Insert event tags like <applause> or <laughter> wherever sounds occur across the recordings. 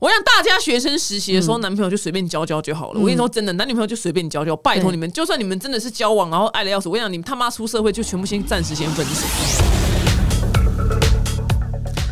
我想大家学生实习的时候，男朋友就随便交交就好了。我跟你说真的，男女朋友就随便交交，拜托对你们，就算你们真的是交往，然后爱的要死，我跟你讲，你们他妈出社会就全部先暂时先分手。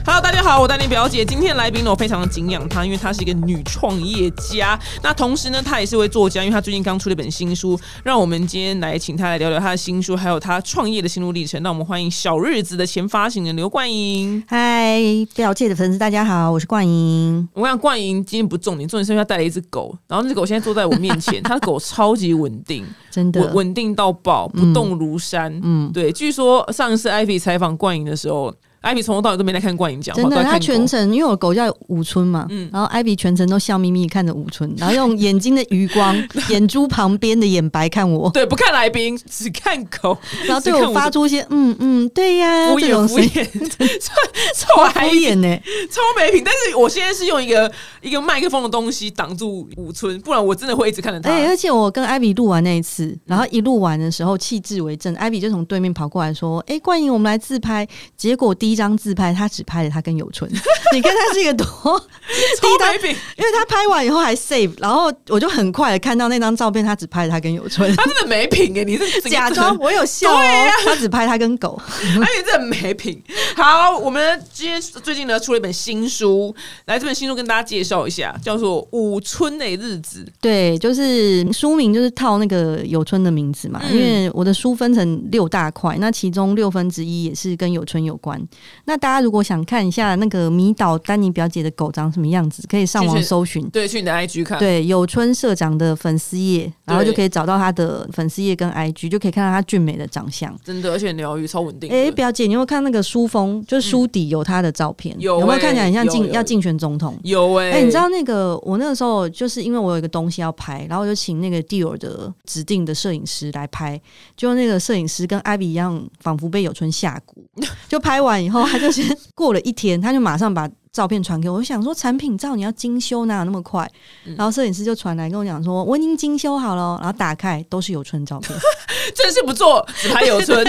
Hello，大家好，我丹尼表姐。今天来宾呢，我非常的敬仰她，因为她是一个女创业家。那同时呢，她也是位作家，因为她最近刚出了一本新书。让我们今天来请她来聊聊她的新书，还有她创业的心路历程。让我们欢迎《小日子》的前发行人刘冠莹。嗨，表姐的粉丝大家好，我是冠莹。我想冠莹今天不重点，重点是因为她带了一只狗，然后那只狗现在坐在我面前， <laughs> 她的狗超级稳定， <laughs> 真的稳稳定到爆，不动如山。嗯，对，据说上一次艾比采访冠莹的时候，艾比从头到尾都没在看冠莹讲话，真的，都在他看狗嗯全程因为我狗叫武春嘛，然后艾比全程都笑眯眯看着武春，然 <laughs> 后用眼睛的余光、眼珠旁边的眼白看我，对不看来宾，只看狗，然后对只看我发出一些嗯嗯，对呀、敷这种衍敷声音衍， <laughs> 臭臭敷孩子衍呢、超没品。但是我现在是用一个一个麦克风的东西挡住五村，不然我真的会一直看着他。哎、而且我跟艾比录完那一嗯次，然后一录完的时候气质为证，艾比就从对面跑过来说：“哎、冠莹，我们来自拍。”结果第一张自拍，他只拍了他跟有 <laughs> 春。你看他是一个多，超没品， <laughs> 因为他拍完以后还 save，然后我就很快的看到那张照片，他只拍了他跟有 <laughs>，春他真的没品哎、你是假装我有笑哦，啊他只拍他跟狗。 <laughs> 而哎且这很没品。好，我们今天最近呢出了一本新书，来这本新书跟大家介绍一下，叫做《五村的日子》。 <laughs> 对，就是书名就是套那个有春的名字嘛，嗯因为我的书分成六大块，那其中六分之一也是跟有春有关。那大家如果想看一下那个迷岛丹尼表姐的狗长什么样子，可以上网就是搜寻。对，去你的 IG 看。对，有春社长的粉丝页，然后啊对就可以找到他的粉丝页跟 IG，就可以看到他俊美的长相。真的，而且很疗愈，超稳定的。嗯哎、表姐，你有没有看那个书封？就是书底有他的照片，有没有欸看起来很像有竞有要竞选总统？有哎、哎、你知道那个我那个时候就是因为我有一个东西要拍，然后我就请那个 Dior 的指定的摄影师来拍，就那个摄影师跟艾比一样，仿佛被有春下蛊， <laughs> 就拍完以后，他就是过了一天，他就马上把。照片传给我，我想说产品照你要精修哪有那么快？嗯然后摄影师就传来跟我讲说我已经精修好了哦，然后打开都是有春照片，真是不 <laughs> 错，只拍有村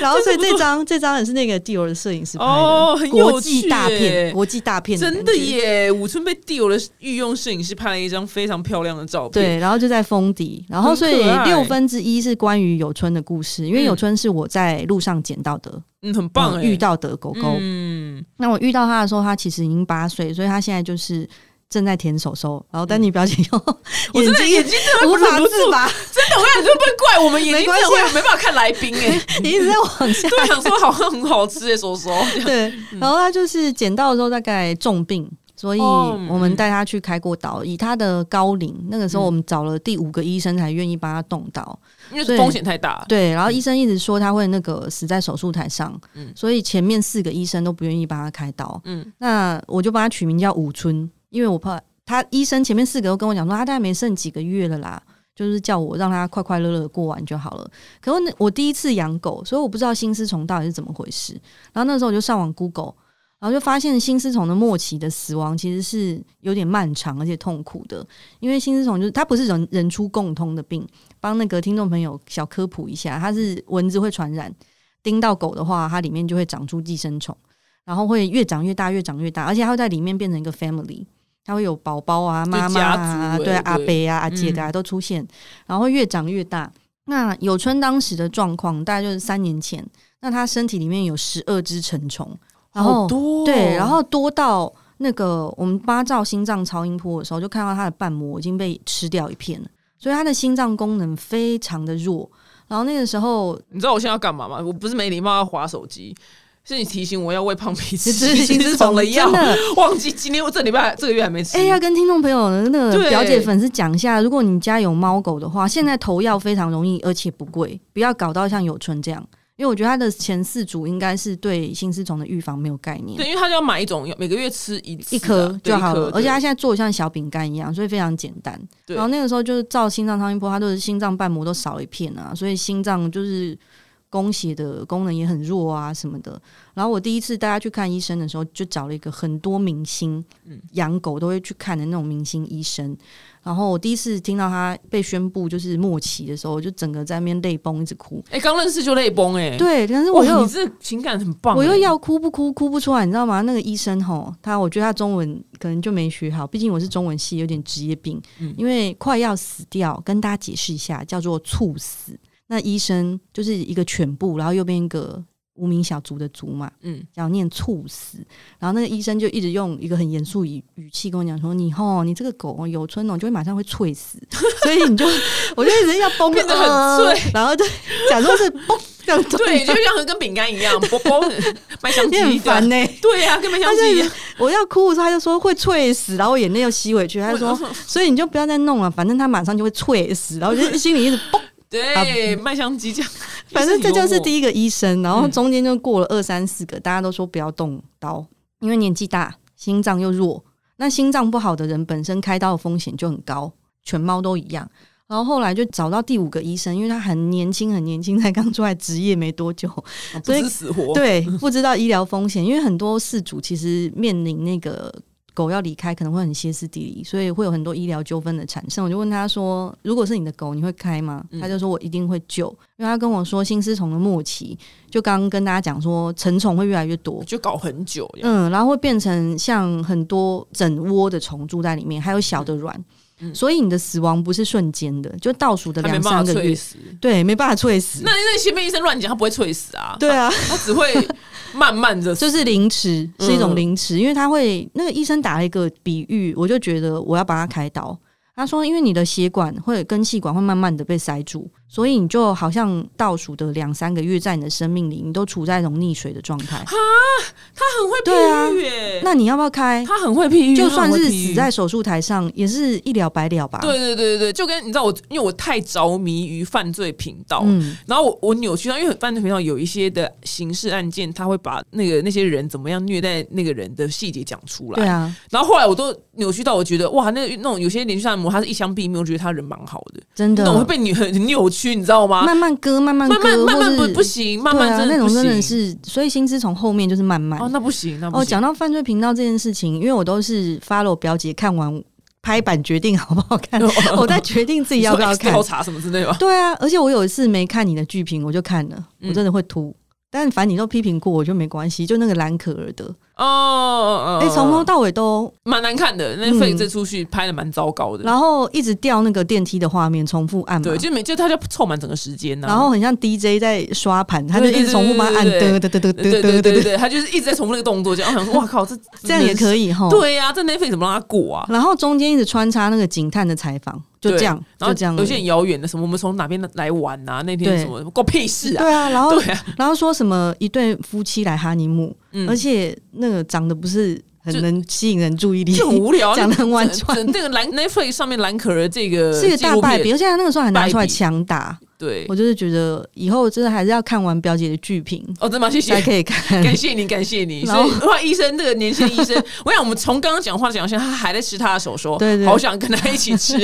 然后所以这张这张也是那个 Dior 的摄影师拍的，哦，很有国际趣大欸片，国际大片，真的！耶！五村被 d 有的御用摄影师拍了一张非常漂亮的照片。对，然后就在封底，然后很可所以爱六分之一是关于有春的故事，因为嗯有春是我在路上捡到的，嗯，很棒、嗯欸，遇到的狗狗。嗯，那我遇到它的时候，它其实已经八岁，所以它现在就是正在舔手手，然后丹尼表 <laughs> 姐用嗯我真眼的睛眼睛真的无法忍不住自拔，真的，我感觉不能怪我们眼睛真的没关啊会没办法看来宾 <laughs> 哎、欸，你一直在往下。对，想说好像很好吃哎、欸，手手。 <laughs> 对，嗯然后它就是捡到的时候大概重病。所以哦嗯我们带它去开过刀，以它的高龄，那个时候我们找了第五个医生才愿意帮它动刀。因为风险太大了。对，然后医生一直说他会那个死在手术台上，嗯所以前面四个医生都不愿意帮他开刀，嗯嗯，那我就帮他取名叫武春，因为我怕他医生前面四个都跟我讲说他大概没剩几个月了啦。就是叫我让他快快乐乐地过完就好了。可我那我第一次养狗，所以我不知道心丝虫到底是怎么回事。然后那时候我就上网 Google，然后就发现心丝虫的末期的死亡其实是有点漫长而且痛苦的，因为心丝虫就是它不是人人畜共通的病，帮那个听众朋友小科普一下，它是蚊子会传染，叮到狗的话，它里面就会长出寄生虫，然后会越长越大，越长越大，而且它会在里面变成一个 family，它会有宝宝啊、妈妈啊、就家族欸对阿对嗯伯啊、阿姐的啊、都出现，然后会越长越大。那有春当时的状况大概就是三年前，那它身体里面有十二只成虫，然后好多哦对，然后多到那个我们八照心脏超音波的时候，就看到他的瓣膜已经被吃掉一片了，所以他的心脏功能非常的弱。然后那个 <laughs> 时候，你知道我现在要干嘛吗？我不是没礼貌要划手机，是你提醒我要喂胖皮 <laughs> 吃这是心之虫的药真的，忘记今天我这礼拜这个月还没吃。哎、要跟听众朋友的那个对表姐粉丝讲一下，如果你家有猫狗的话，现在投药非常容易，而且不贵，不要搞到像有春这样，因为我觉得他的前四组应该是对心丝虫的预防没有概念。对，因为他就要买一种药，每个月吃一次啊一颗对就好一了，颗而且它对现在做的像小饼干一样，所以非常简单。对然后那个时候就是照心脏超音波，它都是心脏瓣膜都少一片啊，所以心脏就是供血的功能也很弱啊什么的。然后我第一次带他去看医生的时候，就找了一个很多明星，嗯养狗都会去看的那种明星医生。然后我第一次听到他被宣布就是末期的时候，我就整个在那边泪崩，一直哭。哎、刚认识就泪崩哎、对，但是哇，我又你这情感很棒、我又哎要哭不哭，哭不出来，你知道吗？那个医生吼，他我觉得他中文可能就没学好，毕竟我是中文系，有点职业病。嗯因为快要死掉，跟大家解释一下，叫做猝死。那医生就是一个犬部，然后右边一个无名小卒的卒嘛，嗯，然后念猝死。然后那个医生就一直用一个很严肃语语气跟我讲说：“你吼，你这个狗哦有春哦，就会马上会猝死，所以你就我就一直要 <laughs> 崩变得很呃脆然后就假装是嘣这样对，就像跟饼干一样，啵啵，麦香 <laughs> 你很鸡烦欸的，呢、对啊呀、跟麦香鸡一样。我要哭的时候，他就说会脆死，然后我眼泪又吸回去。他就说， <laughs> 所以你就不要再弄了，反正他马上就会脆死。然后我就心里一直蹦，对，麦香鸡这样， <laughs> 嗯反正这就是第一。一个医生。然后中间就过了二三四个，大家都说不要动刀，因为年纪大，心脏又弱。那心脏不好的人本身开刀的风险就很高，全猫都一样。然后后来就找到第五个医生，因为他很年轻，很年轻，才刚出来执业没多久，不所以知死活，对，不知道医疗风险， <laughs> 因为很多饲主其实面临那个狗要离开，可能会很歇斯底里，所以会有很多医疗纠纷的产生。我就问他说：“如果是你的狗，你会开吗？”嗯他就说：“我一定会救。因为他跟我说新丝虫的末期，就刚刚跟大家讲说成虫会越来越多。就搞很久呀。嗯，然后会变成像很多整窝的虫住在里面，还有小的卵，嗯所以你的死亡不是瞬间的，就倒数的他没嗯两办法三个脆月，死，对，没办法脆 <laughs> 死那。那前面医生乱讲，他不会脆死啊，对啊，他只会慢慢的， <laughs> 就是凌迟，嗯是一种凌迟，因为他会那个医生打了一个比喻，我就觉得我要把它开刀。他说，因为你的血管会跟气管会慢慢的被塞住，所以你就好像倒数的两三个月，在你的生命里，你都处在一种溺水的状态。很会对啊譬喻耶，那你要不要开？他很会譬喻，就算他很是会譬喻死在手术台上，也是一了百了吧？对，啊对对对对，就跟你知道我，因为我太着迷于犯罪频道，嗯，然后我我扭曲到，因为犯罪频道有一些的刑事案件，他会把那个那些人怎么样虐待那个人的细节讲出来。对啊，然后后来我都扭曲到，我觉得哇，那那种有些连续杀人魔，他是一枪毙命，我觉得他人蛮好的，真那的种，会被你很很扭曲，你知道吗？慢慢割，慢慢慢慢割，慢慢或不是不行，慢慢对啊真那的不种行。真的是，所以心思从后面就是慢慢哦，那不行，那不行。哦，讲到犯罪频道这件事情，因为我都是 follow 表姐看完拍板决定好不好看，哦 <laughs> 我再决定自己你说要 <laughs> 不要 X 看调。查什么之类吧？对啊，而且我有一次没看你的剧评，我就看了，嗯我真的会吐。但凡你都批评过，我就没关系。就那个蓝可儿的，哦哦，哦哎、从头到尾都，蛮难看的，那嗯费这出去拍的蛮糟糕的。然后一直掉那个电梯的画面，重复按嘛对，，就每就他就凑满整个时间呐、啊然后很像 DJ 在刷盘，他就一直重复把它按对对得得得得对对对得得对得，对，他就是一直在重复那个动作，这样我想 <laughs> 说，哇靠，这这样也可以。以哈。对呀、这 Netflix 怎么让他过啊？然后中间一直穿插那个警探的采访，就对这样，然后就这样而已。有些很遥远的什么，我们从哪边来玩啊？那天对什么关我屁事啊？对啊，然后对啊，然后说什么一对夫妻来哈尼姆，嗯而且那个长得不是很就能吸引人注意力，就很无聊。讲的很婉整转，整这个蓝 Netflix 上面蓝可儿这个 <laughs> 是一个纪大录败片，笔。而且他那个时候还拿出来败笔强打，对我，就是觉得以后真的还是要看完表姐的剧 <laughs> 评哦，真的吗？谢谢才。可以 <laughs> 看。感谢你，感谢你。然所后以，哇，医生这个年轻医生， <laughs> 我想我们从刚刚讲话讲到现在，他还在吃他的手说，对对好想跟他一起 <laughs> 吃，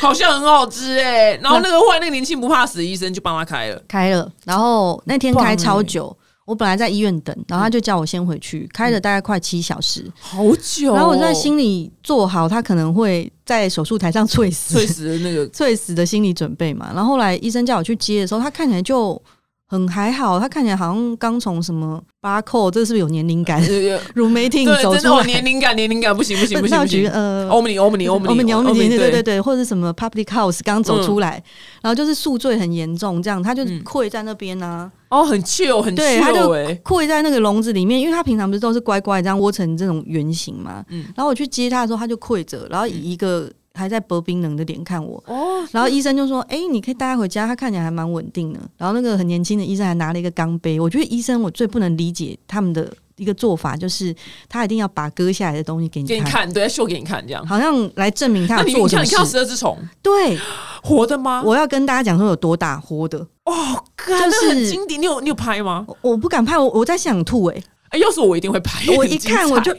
好像很好吃哎、然后那个后来那个年轻不怕死的医生就帮他开了，开了，然后那天棒开超欸久，我本来在医院等，然后他就叫我先回去，开了大概快七小时，好嗯久、哦。然后我在心里做好他可能会在手术台上 <laughs> 猝死，碎死的那 <laughs> 个，脆死的心理准备嘛。然后后来医生叫我去接的时候，他看起来就很还好，他看起来好像刚从什么八扣，这是不是有年龄感对，乳霉对定走真出的，我来？年龄感，年龄感不行不行不行 <laughs> 那不局行。呃。欧姆尼，欧 <laughs> 姆尼，欧姆尼，欧尼，欧尼，对对对对对，或者是什么 public house 刚走出来，然后就是宿醉很严重，这样他就嗯跪在那边啊，哦，很 chill，很 chill，对他就哎，跪在那个笼子里面，因为他平常不是都是乖乖这样窝成这种圆形嘛，嗯然后我去接他的时候，他就跪着，然后以一个还在薄冰冷的脸看我，哦，然后医生就说：“哎、你可以带他回家，他看起来还蛮稳定的。”然后那个很年轻的医生还拿了一个钢杯。我觉得医生我最不能理解他们的一个做法，就是他一定要把割下来的东西给你给你看，看，对，秀给你看这样。好像来证明他那有你做你什看么你看啊到十事。二只虫对，活的吗？我要跟大家讲说有多大活的，哦，看那就是很经典，你有你有拍吗？ <laughs> 我我不敢拍，我我在想吐哎、哎，要是我一定会拍，我很一精看我彩就，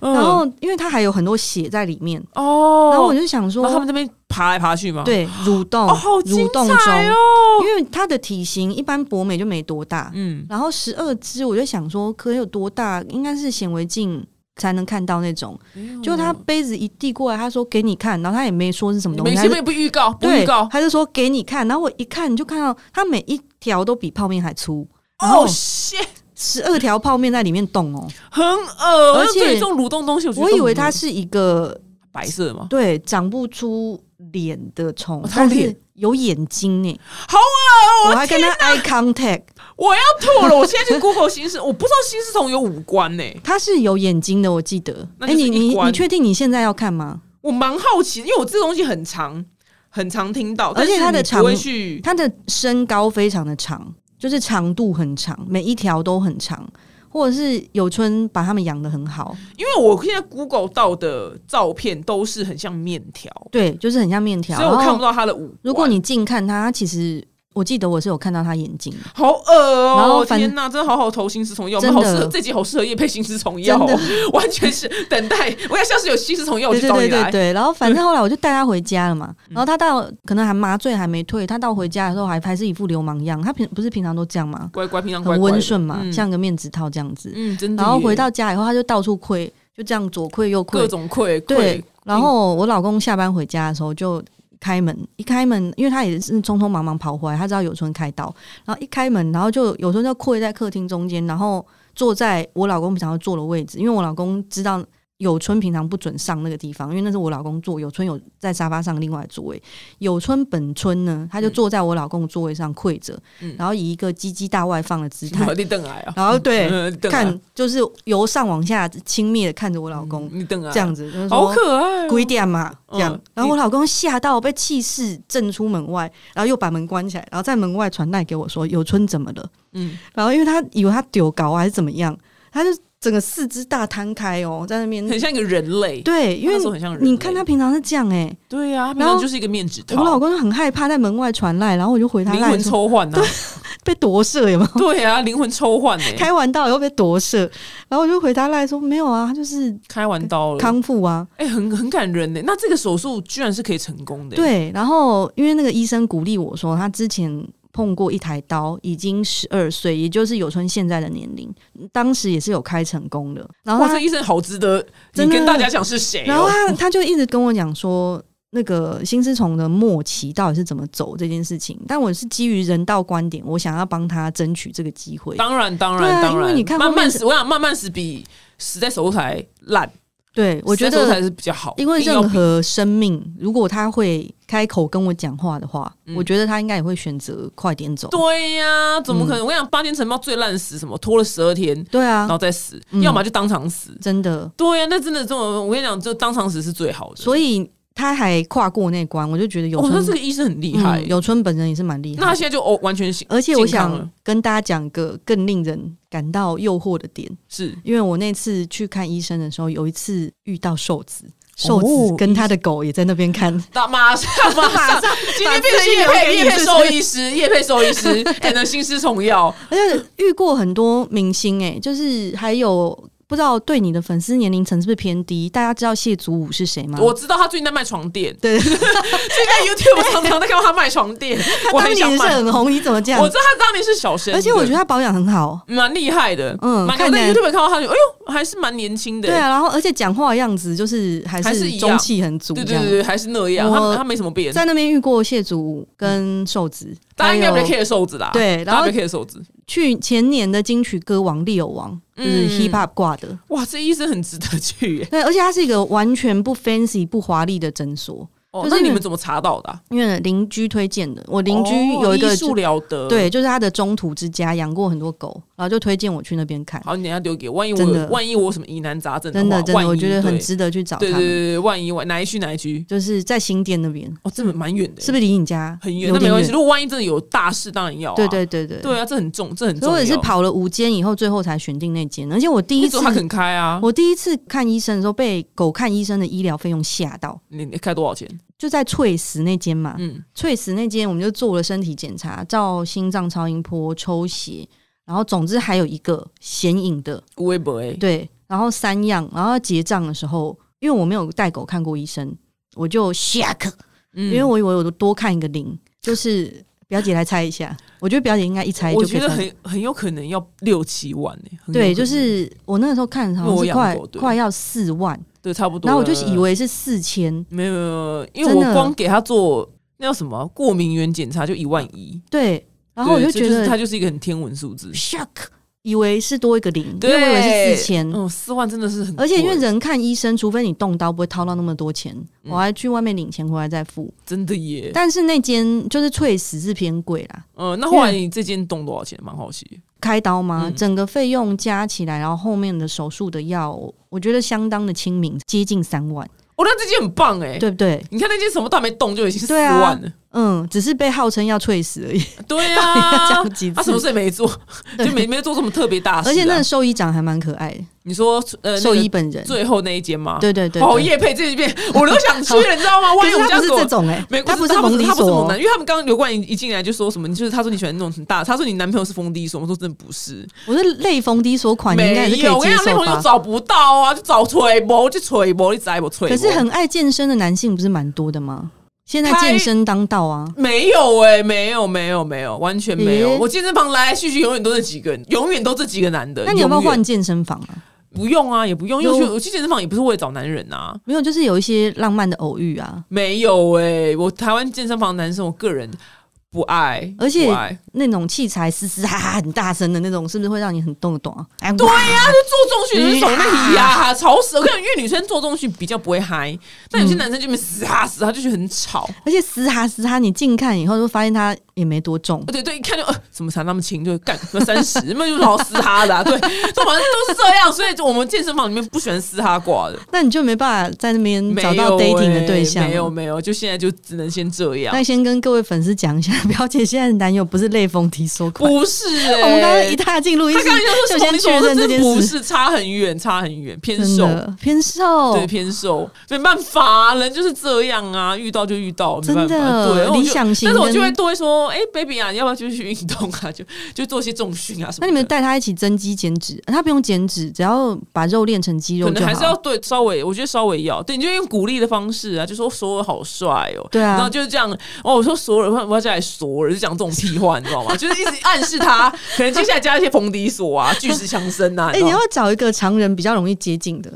嗯然后因为它还有很多血在里面，哦，然后我就想说然，后他们这边爬来爬去嘛，，对，蠕动，哦，好蠕精动中，彩哦，因为它的体型一般博美就没多大，嗯，然后十二只我就想说，可有多大？应该是显微镜才能看到那种。嗯就他杯子一递过来，他说给你看，然后他也没说是什么东没西，他前面就不预告，不预对告，，他就说给你看。然后我一看，你就看到它每一条都比泡面还粗，然哦后，shit，十二条泡面在里面动哦。很恶而而且且这种蠕动 <laughs> 东西，我觉得我以为动不它了是一个白色嘛，对长不出脸的虫哦，它有但是脸有眼睛呢。好恶我哦，还跟他 eye contact，我要吐了，我现在去 Google 新 <laughs> 视，我不知道新视虫有五官呢，它是有眼睛的，我记得。那哎、就是你一你关你确定你现在要看吗？我蛮好奇，因为我这东西很长，很常听到，而但是且它的你长不会去，它的身高非常的长，就是长度很长，每一条都很长，或者是有村把它们养的很好，因为我现在 Google 到的照片都是很像面条，对，就是很像面条。所以我看不到。到它的五官。如果你近看它，它其实我记得我是有看到它眼睛，好恶然哦、后反天哪，真的好好投新丝虫药，我真们的好适合这集好适合夜配新丝虫药真哦、的， <laughs> 完全是等待。我要像是有新丝虫 <laughs> 药，我对去对找你对对来。嗯对。然后反正后来我就带它回家了嘛。然后它到可能还麻醉还没退，它到回家的时候还还是一副流氓样。它平不是平常都这样吗？乖乖，平常乖很乖的温顺嘛，嗯像个面子套这样子。嗯，真的然耶。后回到家以后，他就到处跪，就这样左跪右各跪。种愧对愧，，然后我老公下班回家的时候就开门，一开门，因为他也是匆匆忙忙跑回来，他知道有春开刀，然后一开门，然后就有时候就跪在客厅中间，然后坐在我老公平常要坐的位置，因为我老公知道。有春平常不准上那个地方，因为那是我老公坐。有春有在沙发上另外座位，有春本春呢，他就坐在我老公的座位上跪着，嗯然后以一个鸡鸡大外放的姿态 <laughs> 我，你瞪来啊，然 <laughs> 后对，嗯你瞪啊看，就是由上往下轻蔑的看着我老公，你瞪啊，这样子，就是好说可爱、鬼哦。点嘛，这样嗯。然后我老公吓到被气势震出门外，然后又把门关起来，然后在门外传赖给我说有春怎么了？嗯，然后因为他以为他丢搞还是怎么样，他就整个四肢大摊开哦，在那边很像一个人类。对，因他为那时候很像人类你看他平常是这样哎、对啊，他平然后常就是一个面纸套。我老公就很害怕在门外传赖，然后我就回他灵赖魂说抽换啊，被夺舍有没 <laughs> 有？对啊，灵魂抽换呢、开完刀以后被夺舍，然后我就回他赖说没有啊，他就是开完刀了，康复啊。哎、很很感人呢、那这个手术居然是可以成功的、，欸对，然后因为那个医生鼓励我说，他之前碰过一台刀，已经十二岁，也就是有春现在的年龄，当时也是有开成功的。然后哇，这他，医生好值得你哦真的跟大家讲是谁、哦然后他他就一直跟我讲说。那个心丝虫的末期到底是怎么走这件事情？但我是基于人道观点，我想要帮他争取这个机会。当然，当然，对啊当然，因为你看慢后慢面死，我想慢慢死比死在手术台烂，对，我觉死在手术台得，是比较好，因为一定要任比何生命，如果他会开口跟我讲话的话，嗯我觉得他应该也会选择快点走。对啊呀、怎么可能？我跟你讲，八天城猫最烂死什么？拖了十二天，对然嗯啊，后再死，嗯要么就当场死。真的，对呀、那真的这种，我跟你讲，就当场死是最好的。所以他还跨过那关，我就觉得有哦，春、他这个医生很厉害、嗯有春本人也是蛮厉那他害。呃现在就哦，完全行，而且我健康了啊想跟大家讲个更令人感到诱惑的点，是因为我那次去看医生的时候，有一次遇到瘦哦子，瘦子跟他的狗也在那 <laughs> 边看，大马上马上，今天变成叶把这个配留给叶配你是不是兽医师，叶配兽医 <laughs> 师哎 and 新丝虫药，而且遇过很多明星、欸，就是还有。不知道对你的粉丝年龄层是不是偏低？大家知道谢祖武是谁吗？我知道他最近在卖床垫，对最近在 <laughs> YouTube 常常在看到他卖床垫，我当很想年是买。很红，你怎么这样我？知道他当年是小生，而且我觉得得他保养很好，蛮厉害的，嗯蛮看在来 YouTube 看到他，就哎呦，还是蛮年轻的，对啊，然后而且讲话的样子就是还还是是一样中气很足，对这对样。对，对还是那样，我他他没什么变，在那边遇过谢祖跟瘦子，大家嗯应该不还会有 care 瘦子啦，对然大后家不会 care 瘦子，去前年的金曲歌王利友王，就是嗯 hip hop 挂的，哇，这医生很值得去耶，对，而且它是一个完全不 fancy 不华丽的诊所，哦，就是那因为你们怎么查到的啊？因为邻居推荐的，我邻居哦有一个医术了得，对，就是他的中途之家养过很多狗，然后就推荐我去那边看，好，你等一下丢给我，万一我真有的万一我有什么疑难杂症真话，的真万一的，我觉得很对值得去找他对对对们，对，万一万哪一区哪一区？就是在新店那边，哦，这蛮远的，是不是离你家很远，那有没点关系。远？如果万一真的有大事，当然要、啊。对对对对。对啊，这很重，这很重所以要。我也是跑了五间以后，最后才选定那间，而且我第因一为只次有他肯开啊。我第一次看医生的时候，被狗看医生的医疗费用吓到，你你开多少钱？就在翠石那间嘛。嗯，翠石那间我们就做了身体检查，照心脏超音波、抽血，然后总之还有一个显影的，微博哎，对，然后三样，然后结账的时候，因为我没有带狗看过医生，我就下课，因因为我以为我多看一个零，就是表姐来猜一下，我觉得表姐应该一猜就我可以觉得猜很很有可能要六七万哎、很有对，可能就是我那个时候看好因为像我是养快狗对快要四万，对，差不多然了。后我就以为是四千，没有没有，没有因为真我的光给他做那叫什么过敏原检查就一万一，对，然后我对就这觉是得它就是一个很天文数字， shock，以为是多一个零，因对，为我以为是四千，嗯，四万真的是很贵，而且因为人看医生，除非你动刀，不会掏到那么多钱，嗯我还去外面领钱回来再付。真的耶，但是那间就是翠石是偏贵啦，嗯，那后啊来你这间动多少钱？蛮好奇，开刀吗？嗯整个费用加起来，然后后面的手术的药，我觉得相当的亲民，接近三万，哦，那这间很棒哎，对不对？你看那间什么都还没动就已经四对啊万了，嗯，只是被号称要翠石而已，对 <laughs> 要啊讲。几次？他什么事也没做，就没没做什么特别大事啊、而且那个兽医长还蛮可爱的，你说呃，兽那医个本人，最后那一间吗？对对对哦，对，叶配这一遍我都想去了，你知道吗？ <laughs> 可万一是我们他家不是狗这种哎、没，他不不是蒙蒙迪他不是索猛男，哦，因为他们刚刚刘冠英一进来就说什么，就是他说你喜欢那种很大，他说你男朋友是风迪索，我说真的不是，我是类逢迪所款，你应该没也是可有，以我跟你讲，接那受朋友吧？找不到啊，就找锤博，就锤博，你宰我锤博，可是很爱健身的男性不是蛮多的吗？现在健身当道啊，没有哎、没有没有没有，完全没有，咦我健身房来来去去永远都这几个人，永远都这几个男的，那你有没有呃永远换？健身房啊？不用啊，也不用，因为有我去我去健身房也不是为了找男人啊。没有，就是有一些浪漫的偶遇啊，没有哎、我台湾健身房的男生，我个人不爱，而且不爱那种器材嘶嘶哈哈很大声的那种，是不是会让你很动懂啊？哎对呀、就做重训就是从那嗯里呀、吵死了！我跟你讲，因为女生做重训比较不会嗨，但有些男生就没死哈死哈，就觉得很吵。哦而且嘶哈嘶哈，你近看以后就发现他也没多重，对对，一看就呃，怎么才那么轻？就干那三十，那就是老嘶哈的、啊。对， <laughs> 就反正都是这样，所以我们健身房里面不喜欢嘶哈挂的，那你就没办法在那边没有找到 dating 的对象欸啊。没有没有，就现在就只能先这样。那先跟各位粉丝讲一下， <laughs> 表姐现在的男友不是类风提说款。不是、欸， <laughs> 我们刚刚一踏进录音他室刚刚就说什就么先你确认怎这么件不事，是差很远，差很远，偏真瘦。的哦偏瘦，对，偏瘦，没办法啊、人就是这样啊，遇到就遇到，没办真法。的对，然后我就理想型但是我就跟会都会说，哎、b a b y 啊，你要不要就去运动啊？就就做些重训啊什么的。那你们带他一起增肌减脂，他不用减脂，只要把肉练成肌肉可就能好。还是要对稍微，我觉得稍微要对，你就用鼓励的方式啊，就说索尔好帅哦，对啊然后就是这样哦，我说索尔，我要加来索尔，就讲这种屁话，你知道 <laughs> 吗？就是一直暗示他，可能接下来加一些冯迪索啊、巨石强森啊，哎、你知你道要吗不要找一个常人比较容易接近的，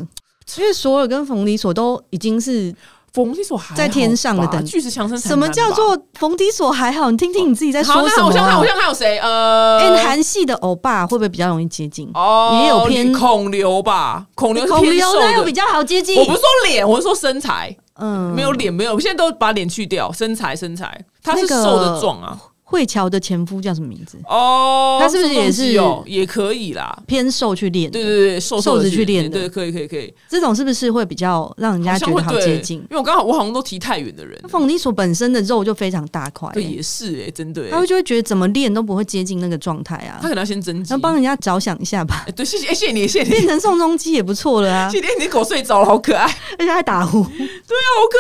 因为索尔跟冯迪索都已经是冯迪索还在天上的好吧等巨石强森才什么难叫吧做冯迪索还好，你听听你自己在好？说什那么、我想想，啊我。想还有谁？呃，哎、韩系的欧巴会不会比较容易接近？哦，也有偏孔刘吧，孔刘是孔偏刘瘦那又的比。较好接近。我不是说脸，我是说身材，嗯没有脸，没有，我现在都把脸去掉，身材，身材，他是那个瘦的壮啊。慧乔的前夫叫什么名字？哦，他是不是也是这种东西哦，也可以啦。偏瘦去练，对对对，瘦瘦子的去练的对，可以可以可以，这种是不是会比较让人好家觉像得会好对接近因？为我刚好我好像都提太远的人了，冯迪索本身的肉就非常大块、对，也是哎，真的欸，啊他会就会觉得怎么练都不会接近那个状态啊他。可能要先增肌那。帮人家着想一下吧，哎 <laughs> 对，谢谢哎谢谢你，谢谢你变，成宋仲基也不错 <laughs> 了啊谢，谢你，你的狗睡着了，好可爱，而且还打呼。好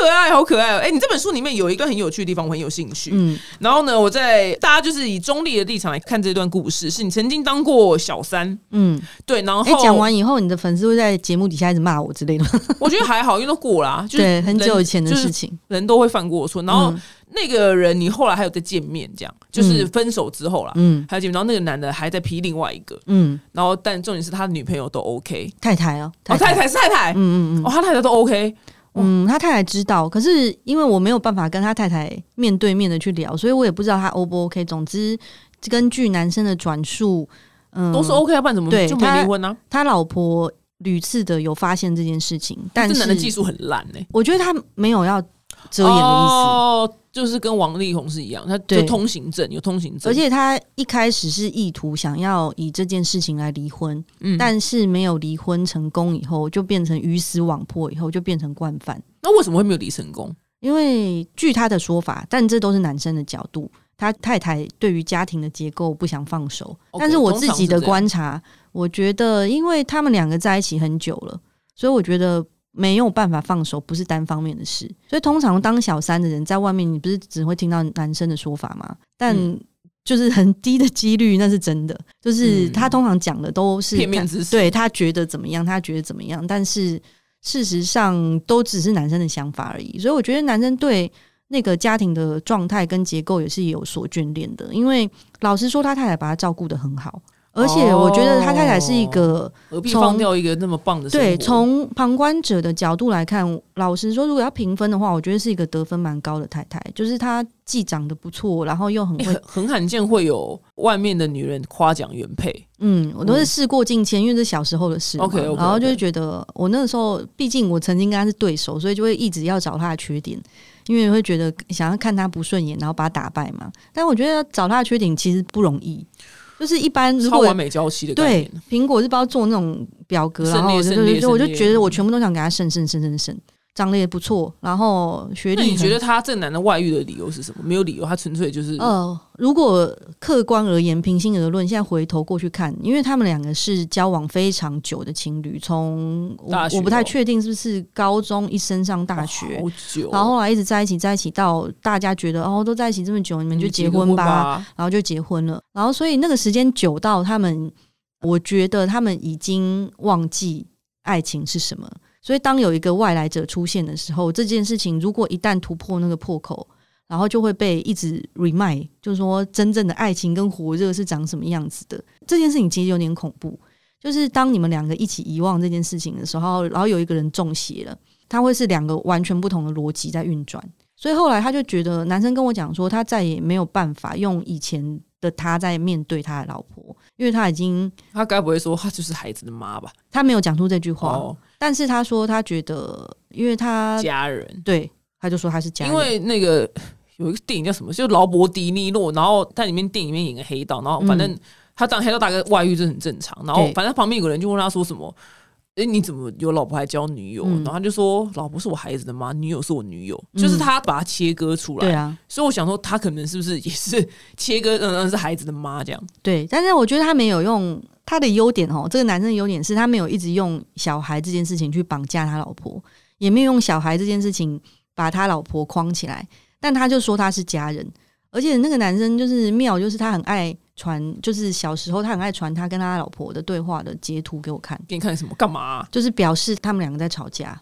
可爱，好可爱哦。哎，你这本书里面有一段很有趣的地方，我很有兴趣。嗯，然后呢，我在大家就是以中立的立场来看这段故事，是你曾经当过小三，嗯，对，然后哎、讲，完以后，你的粉丝会在节目底下一直骂我之类的吗，我觉得还好，因为都过啦，就是对，很人久以前的就是事情。人都会犯过错，然嗯后那个人你后来还有再见面，这样就是分手之后啦，嗯还有见面，然后那个男的还在劈另外一个，嗯，然后但重点是他的女朋友都 OK，太太哦，哦，太，太是太太，嗯嗯嗯哦，他太太都 OK，嗯，他太太知道，可是因为我没有办法跟他太太面对面的去聊，所以我也不知道他 O 不 OK。总之，根据男生的转述，嗯，都是哦 OK，要不然怎么对就没离婚呢？啊他老婆屡次的有发现这件事情，但这男的技是术很烂呢，我觉得他没有要遮掩的意思。哦，就是跟王力宏是一样，他就对通行证有通行证，而且他一开始是意图想要以这件事情来离婚，嗯但是没有离婚成功，以后就变成鱼死网破，以后就变成惯犯。那为什么会没有离成功？因为据他的说法，但这都是男生的角度，他太太对于家庭的结构不想放手。 OK，但是我自己的哦通常是这样观察，我觉得因为他们两个在一起很久了，所以我觉得。没有办法放手，不是单方面的事。所以通常当小三的人在外面，你不是只会听到男生的说法吗？但嗯就是很低的几率，那是真的。就是嗯他通常讲的都是片面他之词对他觉得怎么样，他觉得怎么样，但是事实上都只是男生的想法而已。所以我觉得男生对那个家庭的状态跟结构也是有所眷恋的，因为老实说，他太太把他照顾的很好，而且我觉得他太太是一个。何必从放掉一个那么棒的哦生活？ <laughs> 对，从旁观者的角度来看，老实说，如果要评分的话，我觉得是一个得分蛮高的太太，就是她既长得不错，然后又很欸会，很很罕见会有外面的女人夸奖原配，嗯，我都是事过境迁，因为这是小时候的事嘛 OK，OK，OK 然后就会觉得我那个时候，毕竟我曾经跟她是对手，所以就会一直要找她的缺点，因为会觉得想要看她不顺眼，然后把她打败嘛。但我觉得要找她的缺点其实不容易，就是一般如超果完美娇妻的概对念。，苹果是不知道做那种表格，省然后略我就省略就我就省略觉得我全部都想给他省省省省省，长得也不错，然后学那历你很觉得他这男的外遇的理由是什么？没有理由，他纯粹就是呃，如果客观而言，平心而论，现在回头过去看，因为他们两个是交往非常久的情侣，从我大学我不太哦确定是不是高中一升上大学，好久，然后后来一直在一起，在一起到大家觉得哦，都在一起这么久，你们就结婚吧，吧。然后就结婚了。然后所以那个时间久到他们，我觉得他们已经忘记爱情是什么。所以当有一个外来者出现的时候，这件事情如果一旦突破那个破口，然后就会被一直 remind，就是说真正的爱情跟火热是长什么样子的。这件事情其实有点恐怖，就是当你们两个一起遗忘这件事情的时候，然后有一个人中邪了，他会是两个完全不同的逻辑在运转。所以后来他就觉得，男生跟我讲说，他再也没有办法用以前的他在面对他的老婆，因为他已经他该不会说他就是孩子的妈吧？他没有讲出这句话，哦，但是他说他觉得，因为他家人，对他就说他是家人，因为那个有一个电影叫什么，就劳勃迪尼洛，然后在里面电影里面演个黑道，然后反正他当黑道大哥外遇这很正常，然后嗯对反正旁边有个人就问他说什么。哎，你怎么有老婆还交女友？嗯然后他就说，老婆是我孩子的妈，女友是我女友，就是嗯他把它切割出来对。啊，所以我想说，他可能是不是也是切割，嗯嗯，是孩子的妈这样？对，但是我觉得他没有用他的优点哦，这个男生的优点是他没有一直用小孩这件事情去绑架他老婆，也没有用小孩这件事情把他老婆框起来，但他就说他是家人，而且那个男生就是妙，就是他很爱传，就是小时候他很爱传他跟他老婆的对话的截图给我看，给你看什么？干嘛啊、就是表示他们两个在吵架，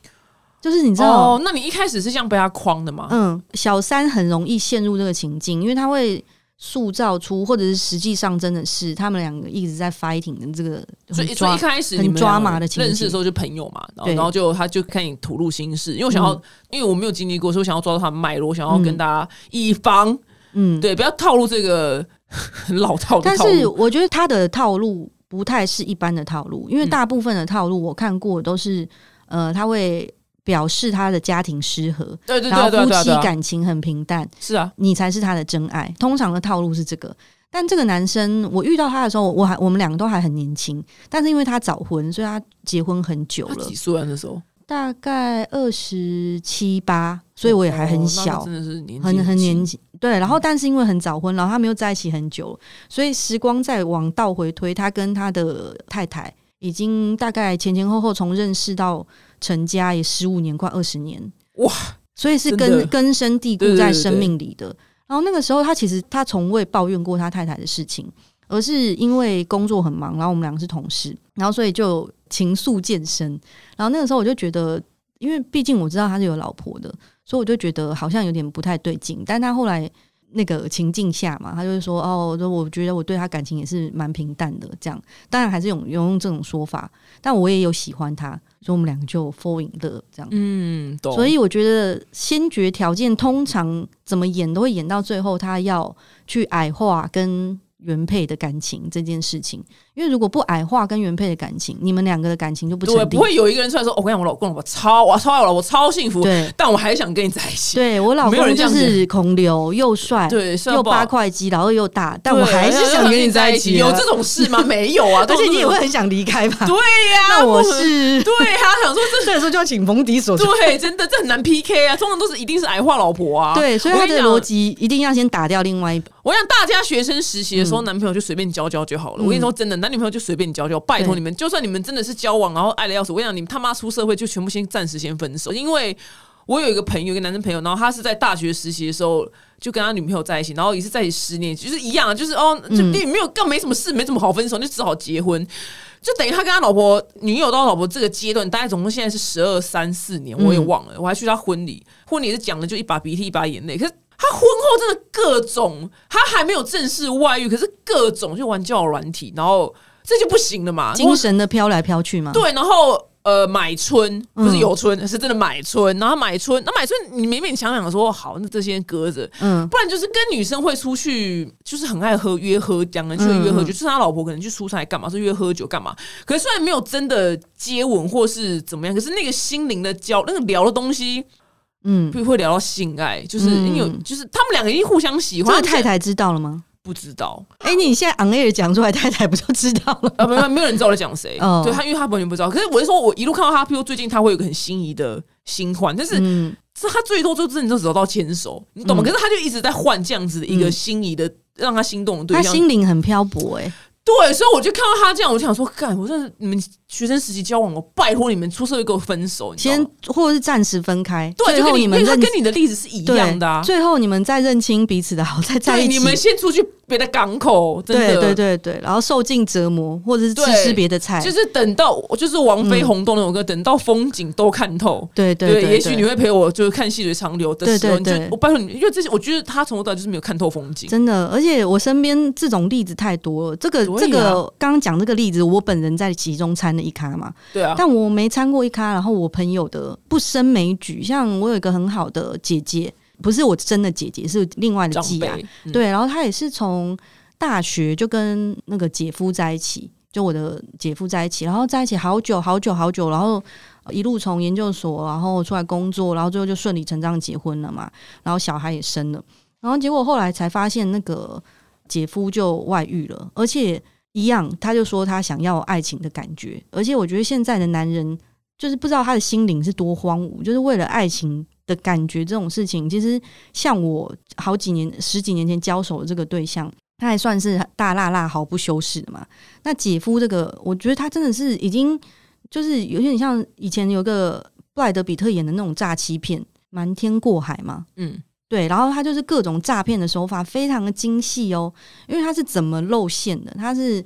就是你知道。哦，那你一开始是这样被他框的吗？嗯，小三很容易陷入这个情境，因为他会塑造出，或者是实际上真的是他们两个一直在 fighting 的这个所很以，所以抓一开始很你们两抓个马的情认识景的时候就朋友嘛，然后对然后就他就看你吐露心事，因为我想要，嗯因为我没有经历过，所以我想要抓到他的脉络，我想要嗯跟大家以防、嗯，对不要套路这个 <laughs> 很老套的但套是路。我觉得他的套路不太是一般的套路，因为嗯大部分的套路我看过都是，呃，他会表示他的家庭失和，对对然后对对夫对妻对对，感情很平淡，是啊，你才是他的真爱。通常的套路是这个。但这个男生，我遇到他的时候，我还我们两个都还很年轻，但是因为他早婚，所以他结婚很久他了几，岁啊那时候？大概二十七八，所以我也还很哦小，那他真的是年纪很很年轻。嗯轻。对，然后但是因为很早婚，然后他们又在一起很久，所以时光再往倒回推，他跟他的太太已经大概前前后后从认识到成家也十五年，快二十年。哇！所以是真的根根深蒂对固对在对生对命里的。然后那个时候，他其实他从未抱怨过他太太的事情，而是因为工作很忙，然后我们两个是同事，然后所以就情愫渐深。然后那个时候我就觉得，因为毕竟我知道他是有老婆的，所以我就觉得好像有点不太对劲。但他后来那个情境下嘛，他就会说：“哦，我觉得我对他感情也是蛮平淡的。”这样，当然还是有有用这种说法，但我也有喜欢他，所以我们两个就 fall in love 这样。嗯，懂。所以我觉得先决条件通常怎么演都会演到最后，他要去矮化跟原配的感情这件事情。因为如果不矮化跟原配的感情，你们两个的感情就不对，成立不。会有一个人出来说：“哦我跟你讲，我老公我超我超爱我老婆，超幸福，对，但我还想跟你在一起。对我老没有人公这就样子是孔刘，又帅”对，是啊又不好八块肌，然后又大，但对我还是想跟你在一起。啊有这，种事吗？没有啊， <laughs> 而且你也都会是很想离开吧？对呀、那我不能是，对啊，想说这个时候就要请逢敌手 <laughs> 这。对，真的这很难 PK 啊，通常都是一定是矮化老婆啊。对，所以我他跟你的讲逻辑一定要先打掉另外一我想大家学生实习的时候，嗯男朋友就随便交交就好了。嗯我跟你说真的，男女朋友就随便交交，拜托对你们，就算你们真的是交往，然后爱的要死，我跟你讲，你们他妈出社会就全部先暂时先分手，因为。我有一个朋友，一个男生朋友，然后他是在大学实习的时候就跟他女朋友在一起，然后也是在一起十年，就是一样，就是哦，就嗯你没有更没什么事，没什么好分手，就只好结婚。就等于他跟他老婆女友到老婆这个阶段，大概总共现在是十二三四年，我也忘了，我还去他婚礼，婚礼是讲的就一把鼻涕一把眼泪，可是。他婚后真的各种，他还没有正式外遇，可是各种就玩交友软体，然后这就不行了嘛。精神的飘来飘去嘛。对，然后呃，买春不是嗯有春，是真的买春。然后买春，那买春你勉勉强强说哦好，那这些搁着，嗯，不然就是跟女生会出去，就是很爱喝约喝，两个人去约嗯喝酒，就是他老婆可能去出差干嘛，是约喝酒干嘛。可是虽然没有真的接吻或是怎么样，可是那个心灵的交，那个聊的东西，嗯会会聊到性爱，就是嗯因为有，就是他们两个一定互相喜这欢。个太太知道了吗？不知道，哎、你现在 on air 讲出来，太太不就知道了？啊，没有没有人知道我在讲谁，哦对他，因为他完全不知道。可是我是说，我一路看到他，譬如最近他会有一个很心仪的新欢，但 <laughs> 是嗯，是他最多就真的就只找到牵手，你懂吗？嗯可是他就一直在换这样子的一个嗯心仪的。让他心动的他对象，心灵很漂泊、哎，对，所以我就看到他这样，我就想说，干，我真的你们学生时期交往，我拜托你们出社会给我分手，你知道先吗或者是暂时分开，对，最就跟后你你们因为他认跟你的例子是一对样的啊。最后你们再认清彼此的好，再在对，一你起。们先出去别的港口，真对的，对对对，然后受尽折磨，或者是吃对吃别的菜，就是等到就是王菲红豆那首歌，等到风景都看透，对嗯对对，也许你会陪我就是看细水长流的时候，对对你对就我拜托你，因为这些我觉得他从头到尾就是没有看透风景，真的，而且我身边这种例子太多了。这个、所以啊这个刚刚讲这个例子，我本人在其中参了一咖嘛，对啊，但我没参过一咖。然后我朋友的不胜枚举，像我有一个很好的姐姐，不是我真的姐姐，是另外的长姐辈、啊。嗯，对，然后她也是从大学就跟那个姐夫在一起，就我的姐夫在一起，然后在一起好久好久好久，然后呃一路从研究所，然后出来工作，然后最后就顺理成章结婚了嘛，然后小孩也生了，然后结果后来才发现那个姐夫就外遇了，而且一样，他就说他想要爱情的感觉，而且我觉得现在的男人就是不知道他的心灵是多荒芜，就是为了爱情。的感觉这种事情，其实像我好几年、十几年前交手的这个对象，他还算是大辣辣、毫不修饰的嘛。那姐夫这个，我觉得他真的是已经就是有点像以前有个布莱德比特演的那种诈欺片，《瞒天过海》嘛。嗯，对，然后他就是各种诈骗的手法非常的精细哦，因为他是怎么露馅的？他是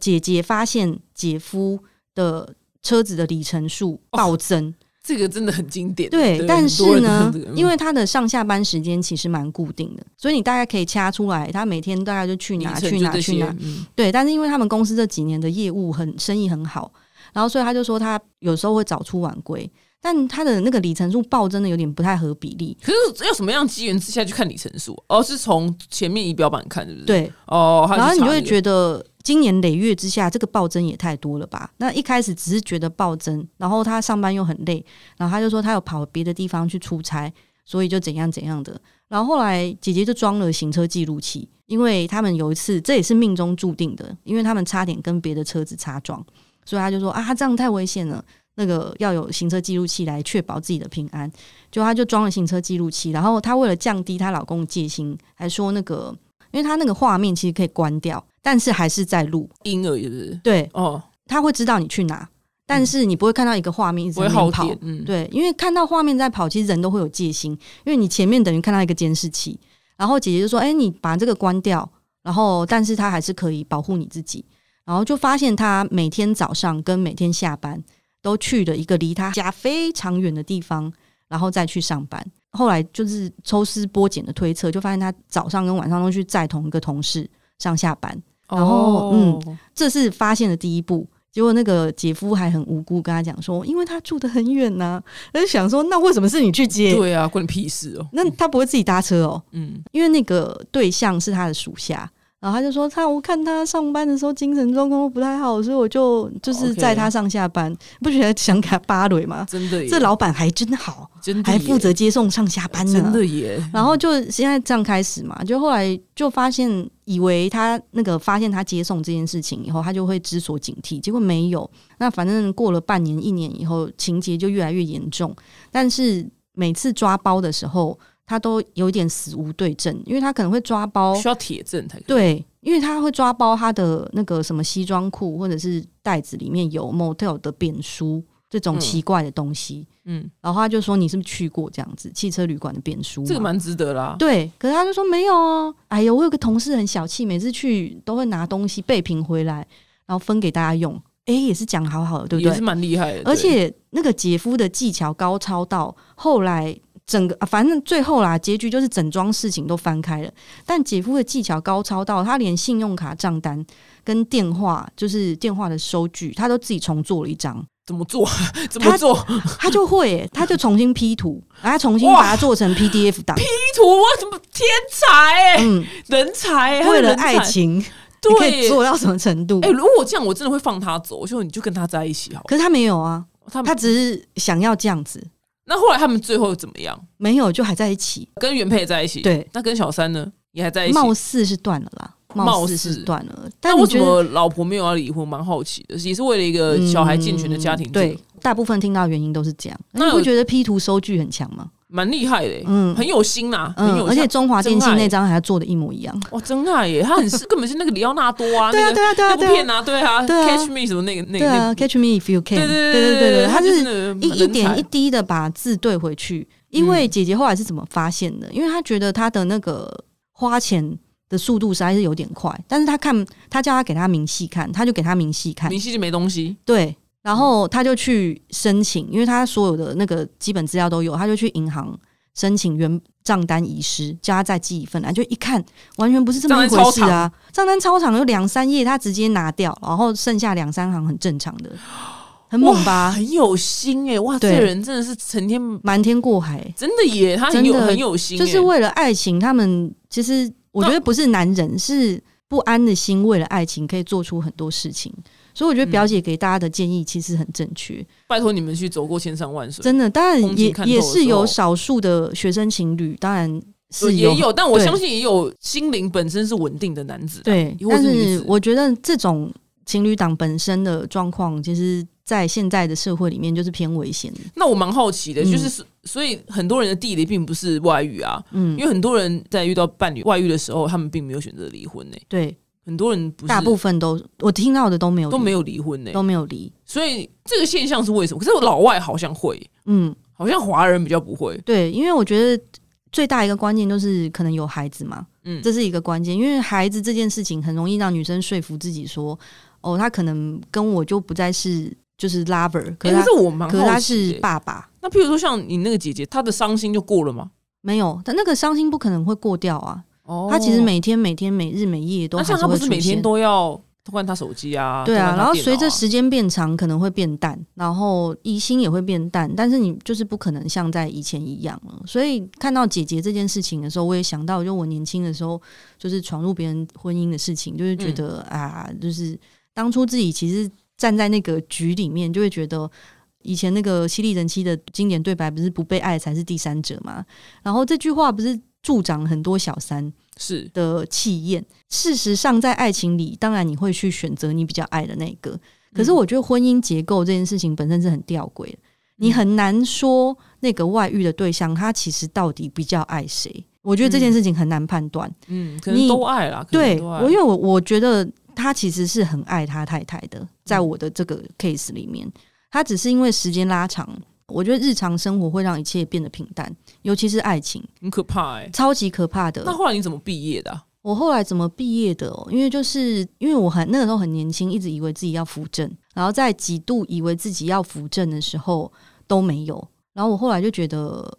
姐姐发现姐夫的车子的里程数暴增，这个真的很经典，对，但很多是人呢都这个，嗯因为他的上下班时间其实蛮固定的，所以你大概可以掐出来，他每天大概就去凌哪晨去就哪这去些哪。嗯对，但是因为他们公司这几年的业务很生意很好，然后所以他就说他有时候会早出晚归，但他的那个里程数暴真的有点不太合比例。可是要什么样机缘之下去看里程数？哦，是从前面仪表板看，是不是？，对，哦，然后你就会得觉得今年累月之下，这个暴增也太多了吧？那一开始只是觉得暴增，然后他上班又很累，然后他就说他有跑别的地方去出差，所以就怎样怎样的。然后后来姐姐就装了行车记录器，因为他们有一次这也是命中注定的，因为他们差点跟别的车子擦撞，所以他就说啊，他这样太危险了。那个要有行车记录器来确保自己的平安，就她就装了行车记录器，然后她为了降低她老公的戒心，还说那个因为他那个画面其实可以关掉，但是还是在录。婴儿，是不是？对，哦，他会知道你去哪，但是你不会看到一个画面一嗯不直在会那边耗跑。电，嗯，对，因为看到画面在跑，其实人都会有戒心，因为你前面等于看到一个监视器。然后姐姐就说：“哎、你把这个关掉。”然后，但是他还是可以保护你自己。然后就发现他每天早上跟每天下班都去了一个离他家非常远的地方，然后再去上班。后来就是抽丝剥茧的推测，就发现他早上跟晚上都去载同一个同事上下班。然后嗯哦，这是发现的第一步。结果那个姐夫还很无辜跟他讲说，因为他住得很远呐、他就想说，那为什么是你去接？对啊，关你屁事哦，那他不会自己搭车哦，嗯，因为那个对象是他的属下。然后他就说他，我看他上班的时候精神状况都不太好，所以我就就是 OK 载他上下班不觉得想给他扒雷吗？真的耶，这老板还真好，真的还耶负责啊接送上下班呢。真的耶，然后就现在这样开始嘛，就后来就发现，以为他那个发现他接送这件事情以后，他就会知所警惕，结果没有。那反正过了半年、一年以后，情节就越来越严重。但是每次抓包的时候，他都有一点死无对证，因为他可能会抓包，需要铁证才可以，哦对，因为他会抓包他的那个什么西装裤或者是袋子里面有 motel 的扁书，这种奇怪的东西。嗯，然后他就说你是不是去过这样子汽车旅馆的变书嘛？这个蛮值得啦。对，可是他就说没有哦。哎呀，我有个同事很小气，每次去都会拿东西备品回来，然后分给大家用。哎，也是讲好好的，对不也是对？蛮厉害的，对而且那个姐夫的技巧高超到后来。整个、啊反正最后啦，结局就是整桩事情都翻开了。但姐夫的技巧高超到，他连信用卡账单跟电话，就是电话的收据，他都自己重做了一 <laughs> 张。怎么做怎么做 P 他就会耶、他就重新 P 图，然后他重新哇把它做成 <laughs> PDF 档。图，哇，怎么天才哎，嗯，人才欸，为了他是爱人才，情，你可以对。做到什么程度？哎，如果这样，我真的会放他走，我就你就跟他在一起好了。可是他没有啊，他们他只是想要这样子，那后来他们最后怎么样？没有就还在一起，跟原配在一起，对，那跟小三呢也还在一起。貌似是断了啦，貌貌似似是断了。那但为我什觉得么老婆没有要离婚？蛮好奇的，也是为了一个小孩健全的家庭，嗯对，，大部分听到的原因都是这样。那那你有会觉得 P 图收据很强吗？蛮厉害的欸，嗯很有心呐，很嗯，有而且心。中华电真信爱那张还做的一模一样。哇，真爱耶！他很是 <laughs> 根本是那个里奥纳多啊，对那啊，个对啊，对那啊，部对片啊，啊，对啊对啊，Catch Me 什么那个那个对那啊个， ，Catch me if you can，对对对对对，他他就是是那个一一点一人才滴的把字对回去。因为姐姐后来是怎么发现的？因为她觉得她的那个花钱的速度实在是有点快，但是她看她叫她给她明细看，她就给她明细看，明细就没东西，对。然后她就去申请，因为她所有的那个基本资料都有，她就去银行申请原账单遗失，叫她再寄一份来。就一看，完全不是这么一回事账单啊！账单超长，有两三页，她直接拿掉，然后剩下两三行很正常的，很猛哇吧？很有心哎，哇，这啊对个人真的是成天瞒天过海，真的耶，他很真有的很有心欸，就是为了爱情，他们其实我觉得不是男人，是不安的心，为了爱情可以做出很多事情。所以我嗯觉得表姐给大家的建议其实很正确，拜托你们去走过千山万水，真的。当风然景也看透的也时候是有少数的学生情侣，当然对是也有，但我对相信也有心灵本身是稳定的男子啊，对或，是但女是子我觉得这种情侣档本身的状况，其实在现在的社会里面就是偏危险的。那我蛮好奇的，嗯就是所所以很多人的地雷并不是外遇啊，嗯因，为很多人在遇到伴侣外遇的时候，他们并没有选择离婚呢、对，很多人不是大部分都我听到的都没有都没有有离婚呢、都没有离。所以这个现象是为什么？可是我老外好像会，嗯，好像华人比较不会，对，因为我觉得最大一个关键就是可能有孩子嘛，嗯这是一个关键，因为孩子这件事情很容易让女生说服自己说，哦，他可能跟我就不再是就是 lover，可欸可是他、是我蛮可是他好奇是的欸、爸爸，那譬如说像你那个姐姐，她的伤心就过了吗？没有，但那个伤心不可能会过掉啊，哦他其实每天每天每日每夜都那还像她会不是出每天现。都要偷看她手机啊？对偷啊，看她然后电脑随着啊时间变长，可能会变淡，然后疑心也会变淡，但是你就是不可能像在以前一样了。所以看到姐姐这件事情的时候，我也想到，就我年轻的时候，就是闯入别人婚姻的事情，就是觉得、嗯啊，就是当初自己其实站在那个局里面，就会觉得。以前那个犀利人妻的经典对白不是“不被爱才是第三者”嘛？然后这句话不是助长很多小三是的气焰。事实上，在爱情里，当然你会去选择你比较爱的那一个。嗯可是，我觉得婚姻结构这件事情本身是很吊诡嗯的，你很难说那个外遇的对象他其实到底比较爱谁。我觉得这件事情很难判断。嗯，可能你都爱啦，可能对都爱我，因为我我觉得他其实是很爱他太太的，在我的这个 case 里面，他只是因为时间拉长，我觉得日常生活会让一切变得平淡，尤其是爱情，很可怕哎、超级可怕欸的。那后来你怎么毕业的啊、我后来怎么毕业的、哦？因为就是因为我很那个时候很年轻，一直以为自己要扶正，然后在几度以为自己要扶正的时候都没有。然后我后来就觉得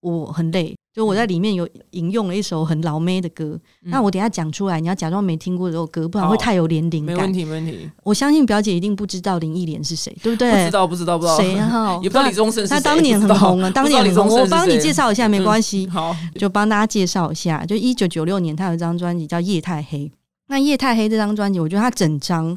我很累，就我在里面有引用了一首很老妹的歌，嗯那我等一下讲出来，你要假装没听过这首歌，不然好会太有年龄没感问。题，没问题。我相信表姐一定不知道林忆莲是谁，对不不知对？道，不知道，不知道，谁啊？ <laughs> 也不知道李宗盛是谁。他当年不很知道红啊，当年很不知道李宗盛红。是我帮你谁嗯介绍一下，没关系。好，就帮大家介绍一下，就一九九六年，他有一张专辑叫《夜太黑》。那《夜太黑》这张专辑，我觉得它整张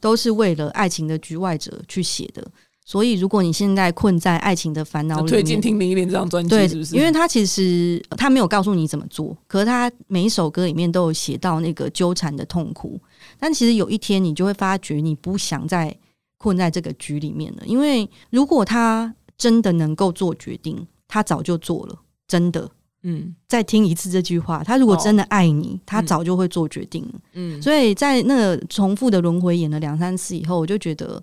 都是为了爱情的局外者去写的。所以，如果你现在困在爱情的烦恼那里面，推荐听林忆莲这张专辑，对，是不是？因为他其实呃他没有告诉你怎么做，可是他每一首歌里面都有写到那个纠缠的痛苦。但其实有一天你就会发觉，你不想再困在这个局里面了，因为如果他真的能够做决定，他早就做了，真的。嗯再听一次这句话，他如果真的爱你，他早就会做决定了。嗯，所以在那个重复的轮回演了两三次以后，我就觉得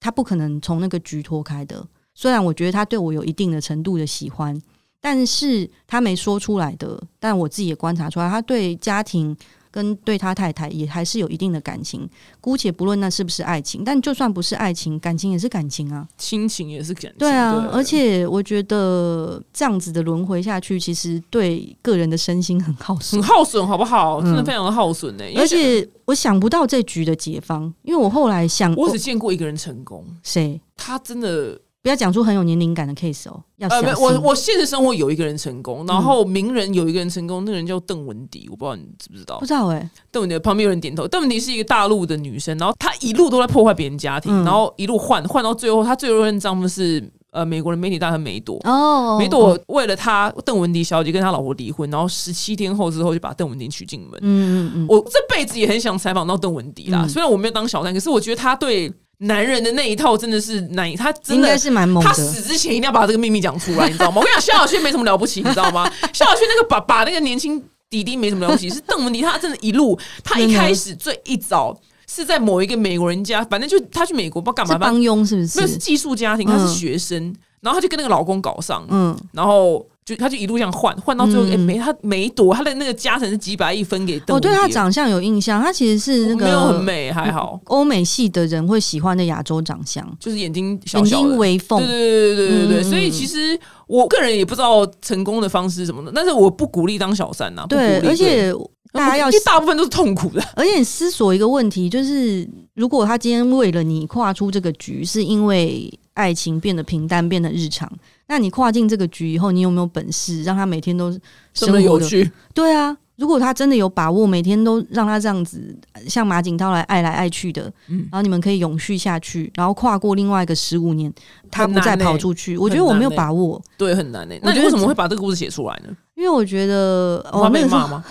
他不可能从那个局脱开的。虽然我觉得他对我有一定的程度的喜欢，但是他没说出来的，但我自己也观察出来，他对家庭跟对他太太也还是有一定的感情。姑且不论那是不是爱情，但就算不是爱情，感情也是感情啊。亲情也是感情。对啊，而且我觉得这样子的轮回下去，其实对个人的身心很耗损很。耗损，好不好？真的嗯非常的耗损呢、 <laughs> 欸因为而且我想不到这局的解方，因为我后来想，我只哦见过一个人成功，谁他真的不要讲出很有年龄感的 case 哦，要嗯小呃，没心。有我我现实生活有一个人成功，然后名人有一个人成功，那个人叫邓文迪，我不知道你知不知道不。知道哎、邓文迪旁边有人点头，邓文迪是一个大陆的女生，然后她一路都在破坏别人家庭，嗯然后一路换换到最后，她最后任丈夫是呃美国的媒体大亨梅朵。哦，梅朵为了她，邓文迪小姐跟她老婆离婚，然后十七天后之后就把邓文迪娶进门。嗯，嗯嗯嗯，我这辈子也很想采访到邓文迪啦，嗯虽然我没有当小三，可是我觉得她对男人的那一套真的是难以，她真应该的。是蛮猛她的。死之前一定要把这个秘密讲出来，你知道吗？我跟你讲，萧亚轩没什么了不起，你知道 <laughs> 吗？萧亚轩那个爸爸那个年轻弟弟没什么了不起，是邓文迪，他真的一路，他一开始最一早是在某一个美国人家，反正就他去美国不知道干嘛，是反帮正佣是不是没有？是寄宿家庭，他是学生，然后他就跟那个老公搞上，嗯，然后就他就一路这样换，换到最后，嗯哎、没他没躲，他的那个家产是几百亿分给邓我文迪哦对了。哦她长相有印象，她其实是那个没有很美，还好，欧美系的人会喜欢的亚洲长相，就是眼睛小眼小的睛。微对缝。对对对对对对，嗯嗯所以其实我个人也不知道成功的方式是什么的，但是我不鼓励当小三呐、不对，鼓励而且大家要因为大部分都是痛苦的，而且你思索一个问题，就是如果他今天为了你跨出这个局，是因为爱情变得平淡、变得日常，那你跨进这个局以后，你有没有本事让他每天都真生的活有得趣。对啊，如果他真的有把握，每天都让他这样子，呃像马景涛来爱来爱去的，嗯然后你们可以永续下去，然后跨过另外一个十五年，他很不难再欸跑出去，我觉得很我难没有欸把握，对，很难诶、那我你觉得为什么会把这个故事写出来呢？因为我觉得我怕哦，那被个时候骂吗？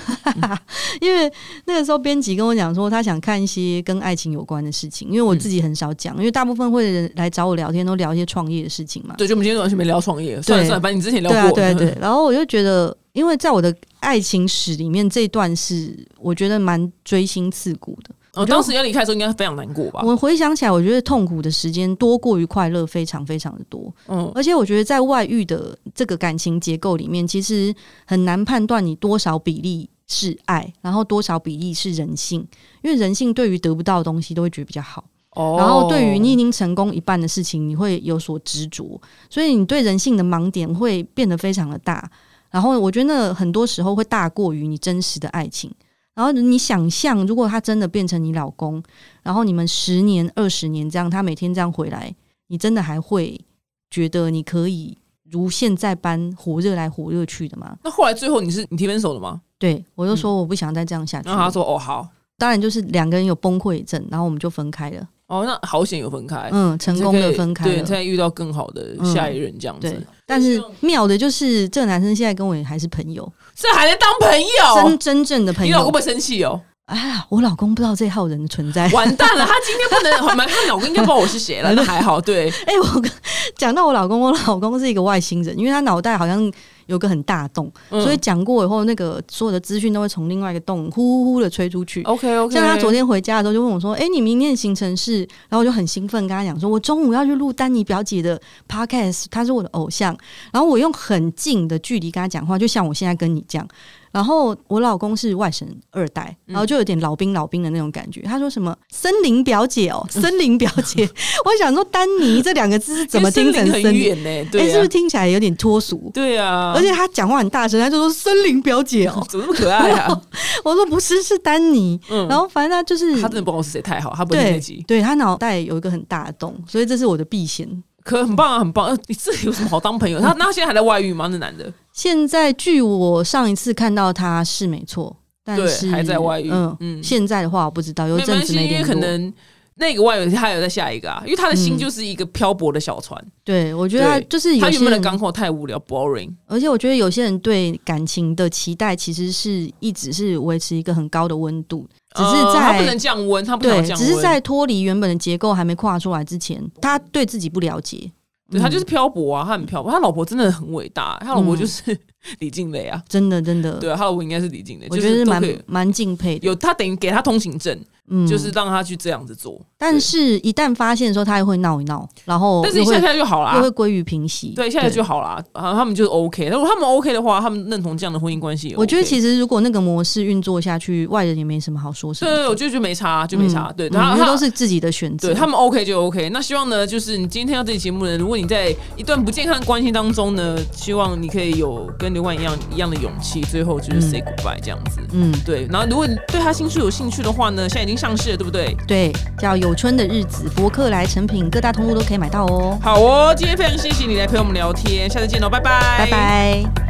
因为那个时候编辑跟我讲说，他想看一些跟爱情有关的事情，因为我自己很少讲，因为大部分会人来找我聊天都聊一些创业的事情嘛。对，就我们今天完全没聊创业，算了对算了，反正你之前聊对啊，过，对啊对。 <laughs> 然后我就觉得，因为在我的爱情史里面，这一段是我觉得蛮锥心刺骨的。我当时要离开的时候应该非常难过吧？我回想起来，我觉得痛苦的时间多过于快乐，非常非常的多。嗯，而且我觉得在外遇的这个感情结构里面，其实很难判断你多少比例是爱，然后多少比例是人性，因为人性对于得不到的东西都会觉得比较好，哦然后对于你已经成功一半的事情，你会有所执着，所以你对人性的盲点会变得非常的大。然后我觉得很多时候会大过于你真实的爱情。然后你想象，如果他真的变成你老公，然后你们十年、二十年这样，他每天这样回来，你真的还会觉得你可以如现在般火热来火热去的吗？那后来最后你是你提分手了吗？对我就说我不想再这样下去。然后他说哦好，当然就是两个人有崩溃症，然后我们就分开了。哦那好险有分开，嗯，成功的分开对，了。再遇到更好的下一任这样子，对，但是妙的就是这个男生现在跟我也还是朋友，这还能当朋友真？真正的哦朋你老公友会。生气哦， <laughs> 啊，我老公不知道这号人的存在。完蛋了！他今天不能，我们他老公应该不知道我是谁了，那还好。对， <laughs> 哎、我跟讲到我老公，我老公是一个外星人，因为他脑袋好像有个很大洞，嗯 <laughs> 所以讲过以后，那个所有的资讯都会从另外一个洞呼呼呼的吹出去。 OK OK，像他昨天回家的时候就问我说：“哎、你明天的行程是？”然后我就很兴奋跟他讲说：“我中午要去录丹尼表姐的 podcast，她是我的偶像。”然后我用很近的距离跟他讲话，就像我现在跟你这样。然后我老公是外省二代，然后嗯就有点老兵老兵的那种感觉。他说什么“森林表姐”哦，“森林表 <laughs> 姐”，我想说“丹尼”这两个字是怎么听成因为森森林很林？远呢？哎、对是不是啊，听起来有点脱俗？对啊，，而且他讲话很大声，他就说“森林表姐”哦怎么那么可爱 <laughs> 啊？我说不是，是丹尼。嗯，然后反正他就是他真的不知道我是谁，太好，他不会听那对集，，对他脑袋有一个很大的洞，所以这是我的避嫌。可很棒啊，很棒。呃你这有什么好当朋友？嗯他那他现在还在外遇吗？那男的，现在据我上一次看到他是没错，但是对，还在外遇。嗯，嗯，现在的话我不知道，有没一阵关子系，没因为联可络。能那个外遇他还有在下一个啊，因为他的心嗯就是一个漂泊的小船，对，我觉得他对就是他嗯有原些本的人，港口太无聊 boring。而且我觉得有些人对感情的期待其实是一直是维持一个很高的温度，只是呃他在、不能降温，他不对能，降只温，是在脱离原本的结构还没跨出来之前，他对自己不了解。对他就是嗯、漂泊啊，他很漂泊。他老婆真的很伟大，他老婆嗯就是 <laughs> 李静蕾啊，真的真的，对啊，他老婆应该是李静蕾，我就觉得是是都蛮可以蛮敬佩的。有他等于给他通行证，嗯就是让他去这样子做。但是一旦发现的时候，它也会闹一闹，然后但是哦又一下会下就好啦又会。归于平息。对，下下就好啦。然后他们就是 OK。如果他们 OK 的话，他们认同这样的婚姻关系也 OK、我觉得其实如果那个模式运作下去，外人也没什么好说什对么对的。对，我就觉得没差，啊就没差。对，嗯他因为他都是自己的选择。对他们 OK 就 OK。那希望呢，就是你今天听到这期节目呢，如果你在一段不健康的关系当中呢，希望你可以有跟刘冠一样一样的勇气，最后就是 say goodbye 这样子。嗯，对，然后如果你对他新书有兴趣的话呢，现在已经上市了，对不对？对，叫《有春的日子》，博客来成品，各大通路都可以买到哦。好哦，今天非常谢谢你来陪我们聊天，下次见喽，拜拜，拜拜。